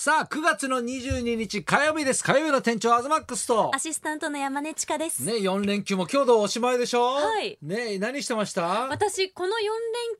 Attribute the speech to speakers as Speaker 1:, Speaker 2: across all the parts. Speaker 1: さあ、9月の22日火曜日です。火曜日の店長、アズマックスと
Speaker 2: ア。シスタントの山根千佳です。
Speaker 1: ね、4連休も今日でおしまいでしょ
Speaker 2: はい
Speaker 1: ね、何してました
Speaker 2: 私この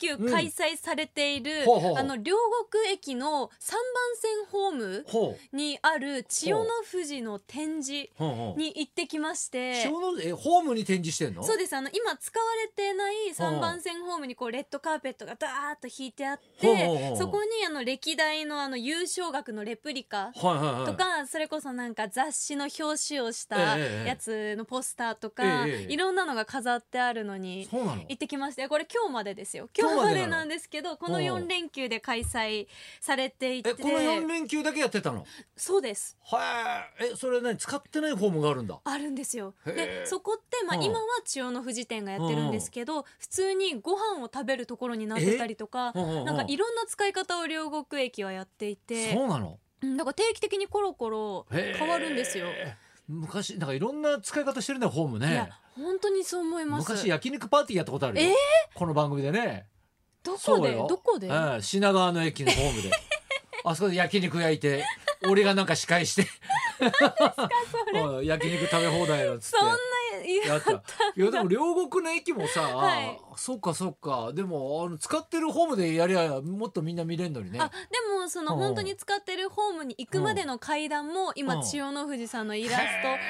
Speaker 2: 4連休開催されている、
Speaker 1: ほうほうほう
Speaker 2: あの両国駅の3番線ホーム
Speaker 1: ほう。
Speaker 2: にある千代の富士の展示
Speaker 1: ほうほう。
Speaker 2: に行ってきまして
Speaker 1: 小の、え、ホームに展示してんの
Speaker 2: そうですあの今使われてない3番線ホームにこうレッドカーペットがダーッと引いてあっ
Speaker 1: ほうほうほうほ
Speaker 2: て
Speaker 1: う
Speaker 2: そこにあの歴代のあの優勝額のレプリ
Speaker 1: は
Speaker 2: カ
Speaker 1: いはいはい。
Speaker 2: とか、それこそなんか雑誌の表紙をした
Speaker 1: ええええ
Speaker 2: やつのポスターとか、
Speaker 1: ええええ
Speaker 2: いろんなのが飾ってあるのに
Speaker 1: そうなの
Speaker 2: 行ってきましてこれ今日までですよ
Speaker 1: 今
Speaker 2: 今
Speaker 1: 日ま
Speaker 2: 日ま
Speaker 1: でなの
Speaker 2: でなんですけどこの
Speaker 1: うん
Speaker 2: 4連休で開催されていて
Speaker 1: え、この4連休だけやってたの
Speaker 2: そうです
Speaker 1: はい。え、それ何使ってないホームがあるんだ。
Speaker 2: あるんですよ
Speaker 1: へえ
Speaker 2: でそこって、まあ
Speaker 1: うん
Speaker 2: 今は千代の富士店がやってるんですけど、普通にご飯を食べるところになってたりとか、
Speaker 1: えうんうんうん
Speaker 2: なんかいろんな使い方を両国駅はやっていて
Speaker 1: そうなの
Speaker 2: うんだから定期的にコロコロ
Speaker 1: へー
Speaker 2: 変わるんですよ。
Speaker 1: 昔、なんかいろんな使い方してるね、ホーム
Speaker 2: い
Speaker 1: ね
Speaker 2: や。本当にそう思います
Speaker 1: 昔焼肉パーティーやったことあるよ
Speaker 2: えー。
Speaker 1: この番組でね。
Speaker 2: どこ
Speaker 1: そう
Speaker 2: で
Speaker 1: よ
Speaker 2: どこで、
Speaker 1: うん、品川の駅のホー ムであそこで焼肉焼いて俺がなんか司会してうん焼肉食べ放題のっつっ
Speaker 2: そんな
Speaker 1: て
Speaker 2: いや
Speaker 1: やったいやでも両国の駅もさ、
Speaker 2: はい
Speaker 1: そうかそうかでもあの使ってるホームでやりゃもっとみんな見れんのにね
Speaker 2: あでもその
Speaker 1: うん
Speaker 2: 本当に使ってるホームに行くまでの階段も
Speaker 1: う
Speaker 2: 今
Speaker 1: ん
Speaker 2: 千代の富士さんのイラス
Speaker 1: へー
Speaker 2: ト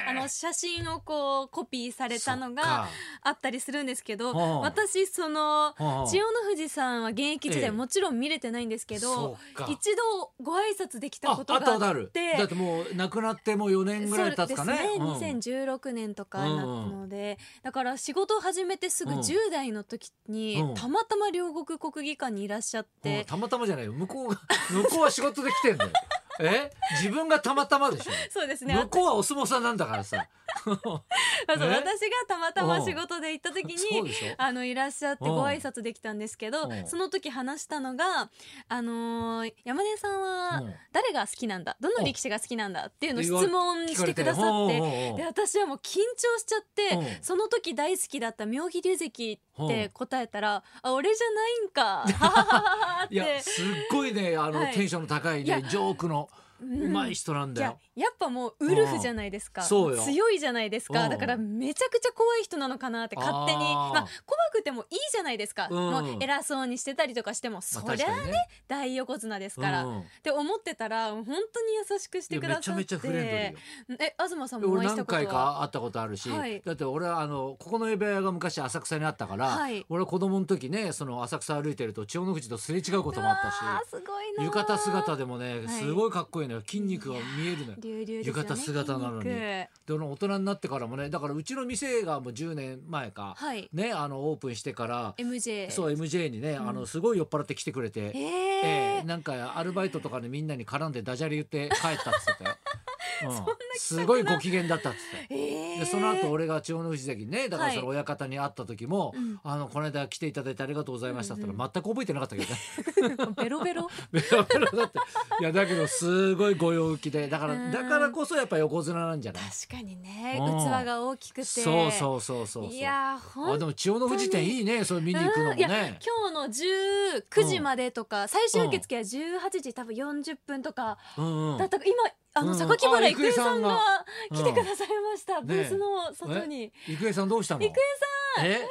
Speaker 2: あの写真をこうコピーされたの
Speaker 1: そっ
Speaker 2: が
Speaker 1: か
Speaker 2: あったりするんですけど
Speaker 1: うん
Speaker 2: 私その
Speaker 1: うん
Speaker 2: 千代の富士さんは現役時
Speaker 1: ええ
Speaker 2: 代もちろん見れてないんですけど
Speaker 1: そうか
Speaker 2: 一度ご挨拶できた
Speaker 1: ああ
Speaker 2: こ
Speaker 1: ったあ
Speaker 2: と
Speaker 1: った
Speaker 2: が
Speaker 1: あ
Speaker 2: あ
Speaker 1: る
Speaker 2: って
Speaker 1: だってもう亡くなってもう4年ぐらい経つかね
Speaker 2: そう
Speaker 1: うん
Speaker 2: ですね、2016年とかになったので、だから仕事を始めてすぐ
Speaker 1: うん
Speaker 2: 10代の時に、
Speaker 1: うん
Speaker 2: たまたま両国国技館にいらっしゃっ
Speaker 1: うん
Speaker 2: て、
Speaker 1: たまたまじゃないよ向こうが 向こうは仕事で来てんだよえ自分がたまたまでしょ
Speaker 2: そうですね
Speaker 1: 向こうはお相撲さんなんだからさ
Speaker 2: あそう
Speaker 1: え
Speaker 2: 私がたまたま仕事で行った時
Speaker 1: そう
Speaker 2: に
Speaker 1: でしょ
Speaker 2: あのいらっしゃって
Speaker 1: うん
Speaker 2: ご挨拶できたんですけど、
Speaker 1: うん
Speaker 2: その時話したのが、あのー山根さん
Speaker 1: う
Speaker 2: は
Speaker 1: ん
Speaker 2: 誰が好きなんだど
Speaker 1: うん
Speaker 2: の力士が好きなんだっていうのを
Speaker 1: 言
Speaker 2: 質
Speaker 1: わ
Speaker 2: 問してくださってで私はもう緊張しちゃって、
Speaker 1: うん
Speaker 2: その時大好きだった妙義龍関って
Speaker 1: うん
Speaker 2: 答えたら「あ俺じゃないんか」 ははははっ
Speaker 1: いや
Speaker 2: て
Speaker 1: すっごいねあの、
Speaker 2: はい
Speaker 1: テンションの高い
Speaker 2: いや
Speaker 1: ねジョークの
Speaker 2: うん
Speaker 1: うまい人なん
Speaker 2: い
Speaker 1: だ
Speaker 2: や
Speaker 1: よ。
Speaker 2: やっぱもうウルフじゃないですか、
Speaker 1: うんそうよ
Speaker 2: 強いじゃないです
Speaker 1: う
Speaker 2: か
Speaker 1: ん
Speaker 2: だからめちゃくちゃ怖い人なのかなって勝手に
Speaker 1: あー
Speaker 2: まあ、怖くてもいいじゃないですか、
Speaker 1: うん
Speaker 2: もう偉そうにしてたりとかしても、
Speaker 1: まあ
Speaker 2: そりゃ
Speaker 1: 確かにね
Speaker 2: 大横綱です
Speaker 1: う
Speaker 2: から、っ
Speaker 1: ん
Speaker 2: て思ってたら本当に優しくし
Speaker 1: い
Speaker 2: て
Speaker 1: や
Speaker 2: く
Speaker 1: め
Speaker 2: だ
Speaker 1: ち
Speaker 2: さ
Speaker 1: ゃ
Speaker 2: って
Speaker 1: めちゃフレンドリーよ。
Speaker 2: え東さん
Speaker 1: で
Speaker 2: もお
Speaker 1: 俺
Speaker 2: 会いし
Speaker 1: 何
Speaker 2: たことは
Speaker 1: 回か会ったことあるし、
Speaker 2: はい
Speaker 1: だって俺はあのここの指輪が昔浅草にあったから、
Speaker 2: はい
Speaker 1: 俺は子供の時ねその浅草歩いてると千代の富士とすれ違うこともあった
Speaker 2: うわ
Speaker 1: し
Speaker 2: ーすごいなー
Speaker 1: 浴衣姿でもね
Speaker 2: い
Speaker 1: すごいかっこいいのよ筋肉が見えるのよ。
Speaker 2: 流々ですよね
Speaker 1: 浴衣姿なのに
Speaker 2: 筋肉
Speaker 1: で俺大人になってからもねだからうちの店がもう10年前か、
Speaker 2: はい
Speaker 1: ねあのオープンしてから、
Speaker 2: MJ
Speaker 1: そう MJ にね、
Speaker 2: ん
Speaker 1: あのすごい酔っ払って来てくれて。え
Speaker 2: ええ
Speaker 1: えなんかアルバイトとかでみんなに絡んでダジャレ言って帰ったっつ ってたよ。うん、すごいご機嫌だったっつって
Speaker 2: え
Speaker 1: たで
Speaker 2: ー
Speaker 1: その後俺が千代の富士関にねだから
Speaker 2: はい
Speaker 1: その親方に会った時も「
Speaker 2: うん
Speaker 1: あのこの間来ていただいてありがとうございました」って言ったら全く覚えてなかったけどね
Speaker 2: ベロベロ
Speaker 1: ベロベロだって いやだけどすごいご陽気でだか
Speaker 2: う
Speaker 1: ら
Speaker 2: ん
Speaker 1: だからこそやっぱ横綱なんじゃない
Speaker 2: 確かにね
Speaker 1: うん
Speaker 2: 器が大きくて
Speaker 1: そうそうそうそうそう
Speaker 2: いやーほ
Speaker 1: あ
Speaker 2: ん
Speaker 1: でも千代の富士店いいねそれ見に行くのも
Speaker 2: うんいや
Speaker 1: ね
Speaker 2: 今日の19時までとか、最終受付は18時多分40分とか
Speaker 1: うんうん
Speaker 2: だったか、今あ
Speaker 1: う
Speaker 2: の
Speaker 1: ん
Speaker 2: 榊原
Speaker 1: あ
Speaker 2: 郁恵さんが
Speaker 1: 郁恵さ
Speaker 2: 来
Speaker 1: んが
Speaker 2: てくださいました、
Speaker 1: ん
Speaker 2: ブースの外に、
Speaker 1: 郁恵さんどうしたの
Speaker 2: 郁恵
Speaker 1: さんえ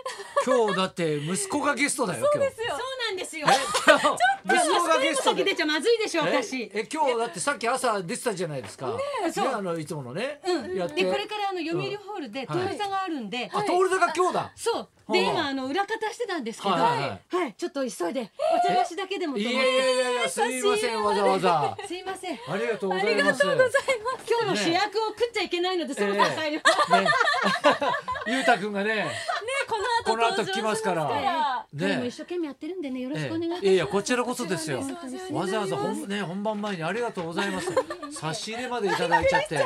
Speaker 1: 今日だって息子がゲストだよ今日
Speaker 2: ですよ
Speaker 3: そうなんですよ
Speaker 1: え。今日
Speaker 3: 息
Speaker 1: 息子が
Speaker 3: 子
Speaker 1: ゲ
Speaker 3: に
Speaker 1: ス
Speaker 3: も
Speaker 1: ト
Speaker 3: 先
Speaker 1: で
Speaker 3: 出ちゃまずいでしょ私。
Speaker 1: ええ今日だってさっき朝出てたじゃないですかね
Speaker 3: そう
Speaker 1: あのいつものね
Speaker 3: うん。
Speaker 1: やっ
Speaker 3: で
Speaker 1: て
Speaker 3: これからあの読売ホールで
Speaker 1: はい
Speaker 3: 徹座があるんで。
Speaker 1: あ徹座が今日だ
Speaker 3: そう。
Speaker 1: は
Speaker 3: で
Speaker 1: あ
Speaker 3: 今あの裏方してたんですけど、
Speaker 1: はいはいは
Speaker 3: はいちょっと急いでお茶菓子だけでもと
Speaker 1: い
Speaker 3: 思
Speaker 1: や
Speaker 3: っ
Speaker 1: い
Speaker 3: て
Speaker 1: やいやいやすいませんわざわざ
Speaker 3: すいません。
Speaker 1: ありがとうございます
Speaker 3: 今日の主役を食っちゃいけないのでそろそろ帰ります。
Speaker 1: ね ゆうたくんがね
Speaker 2: この後
Speaker 1: この後来ますから
Speaker 2: 登場し
Speaker 1: ね
Speaker 3: 今一生懸命やってるんでねよろしくお願いいたします。
Speaker 1: いやいやこちらこそですよ
Speaker 3: 本当にすいま
Speaker 1: わ
Speaker 3: せん
Speaker 1: ざわざ本,、ね、本番前にありがとうございます差し入れまでいただいちゃって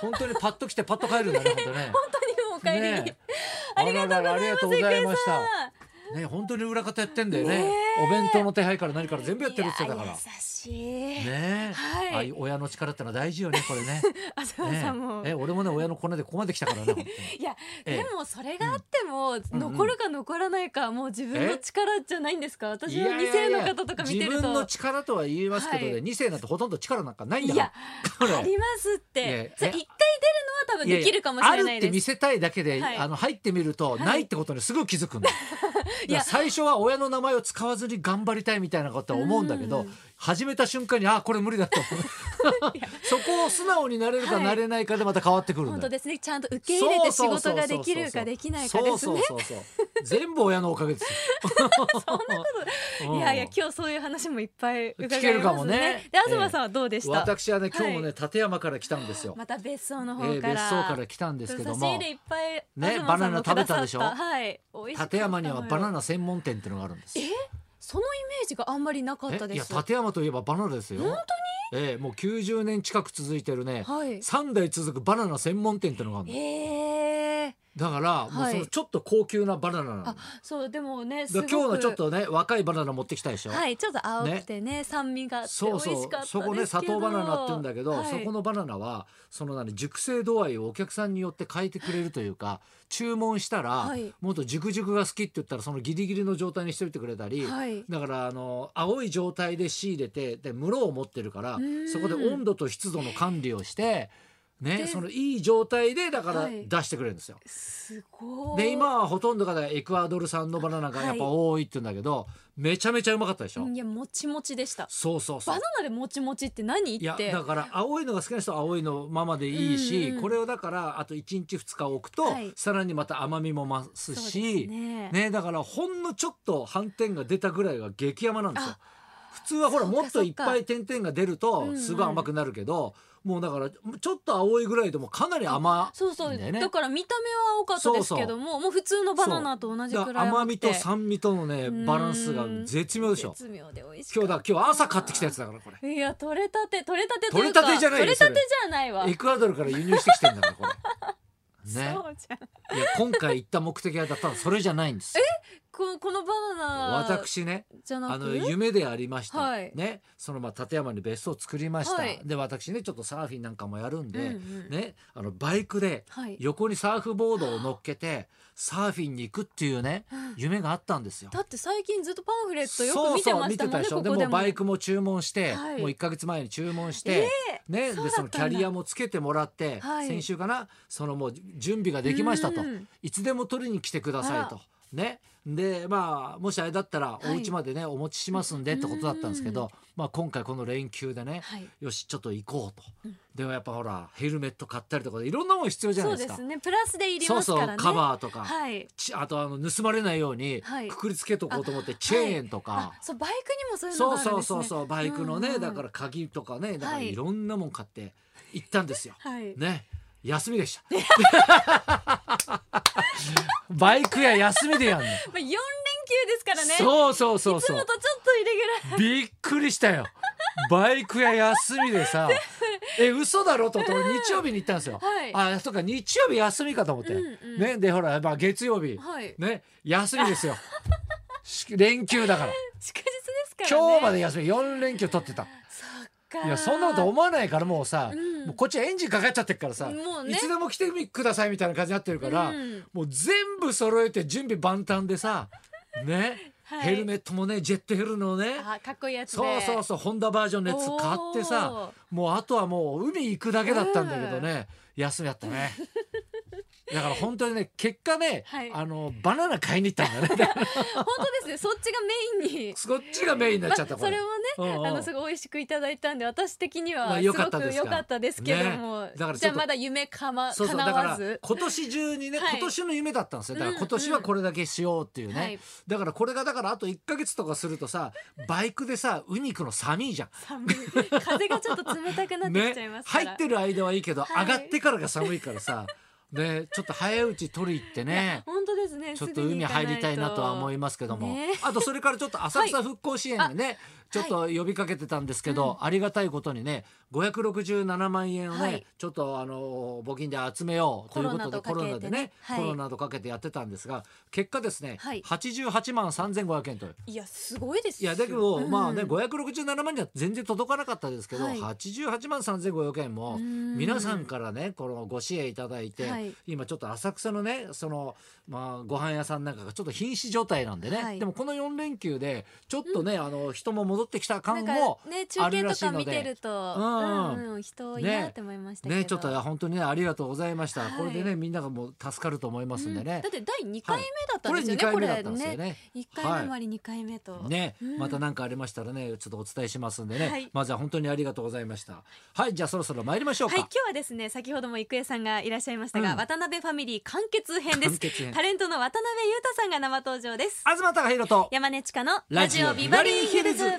Speaker 1: 本当にパッと来てパッと帰るんだね本当ね
Speaker 2: 本当にもうお帰りに、
Speaker 1: ねあらららありがとうございましたね本当に裏方やってんだよねお弁当の手配から何から全部やってるって言ってたから
Speaker 2: いや優しい、
Speaker 1: ね
Speaker 2: ははい
Speaker 1: ああいう親の力ってのは大事よねこれね
Speaker 2: 浅川
Speaker 1: ね
Speaker 2: さんも、
Speaker 1: え俺もね親のコネでここまで来たからね本当に
Speaker 2: いや、
Speaker 1: ええ
Speaker 2: でもそれがあっても、
Speaker 1: ん
Speaker 2: 残るか残らないかはもう自分の力じゃないんですか私
Speaker 1: い
Speaker 2: は
Speaker 1: やい
Speaker 2: 2
Speaker 1: や
Speaker 2: 世
Speaker 1: いや
Speaker 2: の方とか見てる
Speaker 1: 自分
Speaker 2: と
Speaker 1: の力とは言いますけどね、
Speaker 2: はい
Speaker 1: 2世なんてほとんど力なんかないんだ
Speaker 2: い
Speaker 1: か
Speaker 2: や
Speaker 1: らこれ
Speaker 2: ありますって
Speaker 1: いやいや
Speaker 2: さ一回出るのは多分できるかもし
Speaker 1: や
Speaker 2: れな
Speaker 1: やある
Speaker 2: い
Speaker 1: って
Speaker 2: で
Speaker 1: 見
Speaker 2: す
Speaker 1: せたいだけで、
Speaker 2: はい
Speaker 1: あの入ってみると、
Speaker 2: い
Speaker 1: ないってことにすぐ気づくんだ
Speaker 2: いや
Speaker 1: 最初は親の名前を使わずに頑張りたいみたいなことは思うんだけど、
Speaker 2: うん
Speaker 1: 始めた瞬間にあこれ無理だと思う そこを素直になれるか
Speaker 2: はい
Speaker 1: なれないかでまた変わってくるんだよ、
Speaker 2: 本当ですねちゃんと受け入れて仕事ができるかできないかですね
Speaker 1: そうそうそうそう全部親のおかげですよそんなこ
Speaker 2: いやいや今日そういう話もいっぱい伺います
Speaker 1: 聞けるかも
Speaker 2: ね
Speaker 1: ね
Speaker 2: で東さんはどうでした、
Speaker 1: 私はね今日もね、立山から来たんですよ、
Speaker 2: また別荘の方から、
Speaker 1: えー別荘から来たんですけど
Speaker 2: 差し
Speaker 1: も
Speaker 2: 入れいっぱい
Speaker 1: ね
Speaker 2: 東さんも
Speaker 1: バナナ食べたでしょ
Speaker 2: くださったはい美味しかった
Speaker 1: 立山にはバナ
Speaker 2: ナ
Speaker 1: ナ専門店っていうのがあるんです
Speaker 2: そのイメージがあんまりなかった
Speaker 1: えい
Speaker 2: で
Speaker 1: や
Speaker 2: す
Speaker 1: 立山といえばバナナですよ
Speaker 2: 本
Speaker 1: 当にええもう90年近く続いてるね、
Speaker 2: はい
Speaker 1: 三3代続くバナナ専門店ってのがあるの
Speaker 2: ええ
Speaker 1: だから、もうそ
Speaker 2: は
Speaker 1: の
Speaker 2: い
Speaker 1: ちょっと高級なバナナなのだ
Speaker 2: あ
Speaker 1: か
Speaker 2: そうでもねす
Speaker 1: ら
Speaker 2: ご
Speaker 1: 今日
Speaker 2: く
Speaker 1: のちょっとね若いバナナ持ってきたでしょ、
Speaker 2: はいちょっと青くてね酸味があって美
Speaker 1: そう
Speaker 2: 味しかったです
Speaker 1: そうそ
Speaker 2: けど
Speaker 1: こね砂糖バナナって言うんだけど、
Speaker 2: はい
Speaker 1: そこのバナナはその何熟成度合いをお客さんによって変えてくれるというか注文したら、
Speaker 2: はい
Speaker 1: もっと熟熟が好きって言ったらそのギリギリの状態にしておいてくれたり、
Speaker 2: はい
Speaker 1: だからあの青い状態で仕入れてで室を持ってるから
Speaker 2: ん
Speaker 1: そこで温度と湿度の管理をして。
Speaker 2: で
Speaker 1: ね、そのいい状態でだから
Speaker 2: はい
Speaker 1: 出してくれるんですよ。
Speaker 2: すごい
Speaker 1: で今はほとんどがエクアドル産のバナナがやっぱ多いって言うんだけど、めちゃめちゃうまかったでしょ。
Speaker 2: いやもちもちでした
Speaker 1: そうそうそう
Speaker 2: バナ。ナでもちもちって何
Speaker 1: い
Speaker 2: っ
Speaker 1: や
Speaker 2: て
Speaker 1: だから青いのが好きな人は青いのままでいいし、
Speaker 2: うんうん
Speaker 1: これをだからあと1日2日置くと、
Speaker 2: はい
Speaker 1: さらにまた甘みも増す
Speaker 2: そう
Speaker 1: し
Speaker 2: ですね
Speaker 1: ねだからほんのちょっと斑点が出たぐらいが激甘なんですよ
Speaker 2: あ。
Speaker 1: 普通はほら
Speaker 2: そっか
Speaker 1: もっといっぱい点々が出る
Speaker 2: うんう
Speaker 1: と
Speaker 2: ん
Speaker 1: すごい甘くなるけど、もうだからちょっと青いぐらいでもかなり甘
Speaker 2: そうそう
Speaker 1: いいんだよね
Speaker 2: だから見た目は青かったですけどももう普通のバナナと同じ
Speaker 1: だ
Speaker 2: く
Speaker 1: から
Speaker 2: い
Speaker 1: ら甘
Speaker 2: く
Speaker 1: み
Speaker 2: て
Speaker 1: と酸味とのね
Speaker 2: うん
Speaker 1: バランスが絶妙でしょ。
Speaker 2: 絶妙で美味しい
Speaker 1: 今日だ今日朝買ってきたやつだから これ。
Speaker 2: いや取れたて取れたてというか
Speaker 1: 取れたてじゃないよ
Speaker 2: 取れたてじゃないわ
Speaker 1: エクアドルから輸入してきてんだからこれ。 ね。
Speaker 2: そうじゃん
Speaker 1: いや今回行った目的はだったらそれじゃないんです。
Speaker 2: ここのバナナ
Speaker 1: 私ね
Speaker 2: じゃなく
Speaker 1: あの夢でありました、
Speaker 2: はい
Speaker 1: ねそのまあ立山に別荘を作りました、
Speaker 2: はい
Speaker 1: で私ねちょっとサーフィンなんかもやるんで、
Speaker 2: うんうん
Speaker 1: ねあのバイクで
Speaker 2: はい
Speaker 1: 横にサーフボードを乗っけてサーフィンに行くっていうね夢があったんですよ。
Speaker 2: だって最近ずっとパンフレットよく見てましたも
Speaker 1: そうそう
Speaker 2: んね
Speaker 1: 見てたでしょ
Speaker 2: ここ
Speaker 1: で
Speaker 2: でも
Speaker 1: もうバイクも注文して、
Speaker 2: はい
Speaker 1: もう1か月前に注文して、ね
Speaker 2: そうだ
Speaker 1: で
Speaker 2: った
Speaker 1: そ
Speaker 2: ん
Speaker 1: の
Speaker 2: だ
Speaker 1: キャリアもつけてもらって、
Speaker 2: はい
Speaker 1: 先週かなそのもう準備ができましたと
Speaker 2: うん
Speaker 1: いつでも取りに来てくださいと。ね、でまあもしあれだったら
Speaker 2: い
Speaker 1: お家までね、お持ちしますんでってことだったんですけど、まあ、今回この連休でね、
Speaker 2: はい
Speaker 1: よしちょっと行こうと、でもやっぱほらヘルメット買ったりとかでいろんなもの必要じゃな
Speaker 2: そ
Speaker 1: いうです
Speaker 2: で
Speaker 1: か
Speaker 2: すねプラスでいり
Speaker 1: そう
Speaker 2: ます
Speaker 1: そ
Speaker 2: か
Speaker 1: う
Speaker 2: らね
Speaker 1: カバーとか、
Speaker 2: はい
Speaker 1: ちあとあの盗まれないように
Speaker 2: はい
Speaker 1: くくりつけとこうと思って、チェーンとか、
Speaker 2: あそうバイクにもそういうの
Speaker 1: そ
Speaker 2: が
Speaker 1: う
Speaker 2: あるん
Speaker 1: そ
Speaker 2: で
Speaker 1: う
Speaker 2: す
Speaker 1: そ
Speaker 2: ね
Speaker 1: うそうバイクのね、
Speaker 2: うんうん
Speaker 1: だから鍵とかねだから
Speaker 2: はい
Speaker 1: いろんなもん買って行ったんですよ。
Speaker 2: はい
Speaker 1: ね休みでした。バイクや休みでやんの。
Speaker 2: まあ四連休ですからねい
Speaker 1: そうそうそう
Speaker 2: つ
Speaker 1: そ
Speaker 2: も
Speaker 1: う。
Speaker 2: とちょっとイレギュラー
Speaker 1: びっくりしたよ。バイクや休みでさ、え嘘だろと思って俺日曜日に行ったんですよ。
Speaker 2: はい
Speaker 1: あそうか日曜日休みかと思って。
Speaker 2: うんうん
Speaker 1: ねでほらまあ月曜日、
Speaker 2: はい
Speaker 1: ね休みですよ。し連休だから。
Speaker 2: 祝日ですからね
Speaker 1: 今日まで休み4連休取ってた。
Speaker 2: か
Speaker 1: いやそんなこと思わないからもうさ、
Speaker 2: うん
Speaker 1: もうこっちはエンジンかかっちゃってるからさ、
Speaker 2: もうね
Speaker 1: いつでも来てくださいみたいな感じになってるから、
Speaker 2: うん
Speaker 1: もう全部揃えて準備万端でさね、
Speaker 2: はい
Speaker 1: ヘルメットもねジェットヘルのね
Speaker 2: あかっこいいやつで
Speaker 1: そうそうそうホンダバージョンのやつ買ってさもうあとはもう海行くだけだったんだけどね、休みだった ね。だから本当にね結果ね、
Speaker 2: はい
Speaker 1: あのバナナ買いに行ったんだね
Speaker 2: 本当ですねそっちがメインに
Speaker 1: そっちがメインに なっちゃった
Speaker 2: まあ、それをね、
Speaker 1: うんうん
Speaker 2: あのすごい美味しくいただいたんで私的に
Speaker 1: まあ
Speaker 2: はすご
Speaker 1: 良
Speaker 2: く
Speaker 1: かったですか
Speaker 2: 良かったですけども、
Speaker 1: ねだからちょっと
Speaker 2: じゃあまだ夢かま
Speaker 1: そうそうだ
Speaker 2: 叶
Speaker 1: か
Speaker 2: わ
Speaker 1: ら
Speaker 2: ず
Speaker 1: 今年中にね、
Speaker 2: はい
Speaker 1: 今年の夢だったんですよだから今
Speaker 2: うん
Speaker 1: 年
Speaker 2: う
Speaker 1: は
Speaker 2: ん
Speaker 1: これだけしようっていうね、
Speaker 2: はい
Speaker 1: だからこれがだからあと1か月とかするとさバイクでさ海行くの寒いじゃん。
Speaker 2: 寒 い風がちょっと冷たくなってきちゃいますから、
Speaker 1: 入ってる間はいいけど、
Speaker 2: はい
Speaker 1: 上がってからが寒いからさ、ね、ちょっと早いうち取り行ってね
Speaker 2: 本当ですね
Speaker 1: ちょっと海入りたいなとは思い
Speaker 2: ま
Speaker 1: ますけども、
Speaker 2: ね
Speaker 1: あとそれからちょっと浅草復興支援がね、ちょっと呼びかけてたんですけど、ありがたいことにね567万円をね、
Speaker 2: はい
Speaker 1: ちょっとあの募金で集めようということでコ
Speaker 2: コ
Speaker 1: ロ
Speaker 2: ロ
Speaker 1: ナ
Speaker 2: ナとかけ
Speaker 1: で
Speaker 2: てね
Speaker 1: ね、
Speaker 2: はい
Speaker 1: コロナとかけてやってたんですが結果ですね、
Speaker 2: はい
Speaker 1: 88万3500円という。
Speaker 2: いやすごいです
Speaker 1: い
Speaker 2: よ
Speaker 1: やだけど、
Speaker 2: うん
Speaker 1: まあね567万には全然届かなかったですけど、
Speaker 2: はい
Speaker 1: 88万3500円も
Speaker 2: うん
Speaker 1: 皆さんからねこのご支援いただいて、
Speaker 2: はい
Speaker 1: 今ちょっと浅草のねその、まあ、ご飯屋さんなんかがちょっと瀕死状態なんでね、
Speaker 2: はい
Speaker 1: でもこの4連休でちょっとね、あの人も戻ってきた
Speaker 2: な
Speaker 1: 感
Speaker 2: ん
Speaker 1: も
Speaker 2: かね
Speaker 1: ある
Speaker 2: 中継
Speaker 1: ら
Speaker 2: と
Speaker 1: しい
Speaker 2: か
Speaker 1: の
Speaker 2: 見て
Speaker 1: で
Speaker 2: る。と
Speaker 1: う
Speaker 2: うんんうん人多いなって思いましたけど
Speaker 1: ね、ちょっと本当にねありがとうございました、
Speaker 2: はい
Speaker 1: これでねみんながもう助かると思いますんで
Speaker 2: うん
Speaker 1: ね
Speaker 2: だ、って第二回目だった
Speaker 1: こ
Speaker 2: ん
Speaker 1: れ
Speaker 2: です
Speaker 1: 2
Speaker 2: よね、
Speaker 1: 回
Speaker 2: こ
Speaker 1: 目
Speaker 2: れ
Speaker 1: だったんですよ
Speaker 2: ね
Speaker 1: ね
Speaker 2: 一回目もあり二回目と、
Speaker 1: ね、
Speaker 2: うん
Speaker 1: また何かありましたらねちょっとお伝えしますんでね、
Speaker 2: はい
Speaker 1: まずは本当にありがとうございましたはいじゃあそろそろ参りましょう
Speaker 2: は
Speaker 1: か、
Speaker 2: い今日はですね先ほども郁恵さんがいらっしゃいました
Speaker 1: う
Speaker 2: が、
Speaker 1: ん
Speaker 2: 渡辺ファミリー完結編です
Speaker 1: 完結編
Speaker 2: タレントの渡辺裕太さんが生登場です
Speaker 1: 東貴博と
Speaker 2: 山根千佳の
Speaker 1: ラ
Speaker 2: ラ
Speaker 1: ジ
Speaker 2: ジ
Speaker 1: オ
Speaker 2: オ
Speaker 1: ビ
Speaker 2: ビ
Speaker 1: バ
Speaker 2: バ
Speaker 1: リ
Speaker 2: リ
Speaker 1: ー
Speaker 2: ー
Speaker 1: ヒ
Speaker 2: ヒ
Speaker 1: ル
Speaker 2: ル
Speaker 1: ズ
Speaker 2: ズ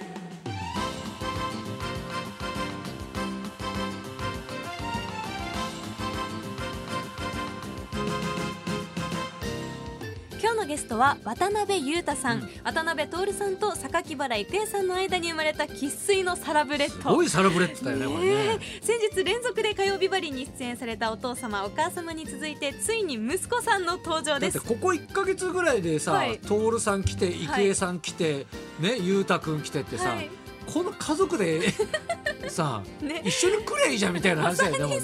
Speaker 2: 今日のゲストは渡辺裕太さん、渡辺徹さんと榊原郁恵さんの間に生まれた生粋のサラブレッ
Speaker 1: す
Speaker 2: ド
Speaker 1: ごいサラブレッドだよねこれね
Speaker 2: ねえ先日連続で火曜日バリーに出演されたお父様お母様に続いてついに息子さんの登場
Speaker 1: だ
Speaker 2: で
Speaker 1: って
Speaker 2: す
Speaker 1: ここ1か月ぐらいでさ、
Speaker 2: はい
Speaker 1: 徹さん来て郁恵さん来て、ね裕太君来てってさ、
Speaker 2: はい
Speaker 1: この家族 でさ
Speaker 2: ね
Speaker 1: 一緒に来りゃいいじゃんみたいな話だよねも うね。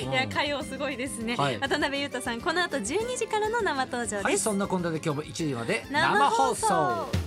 Speaker 2: いや
Speaker 1: うん
Speaker 2: 火曜すごいですね、
Speaker 1: はい
Speaker 2: 渡辺裕太さんこの後12時からの生登場です、
Speaker 1: はいそんなこんなで今日も1時まで
Speaker 2: 生放送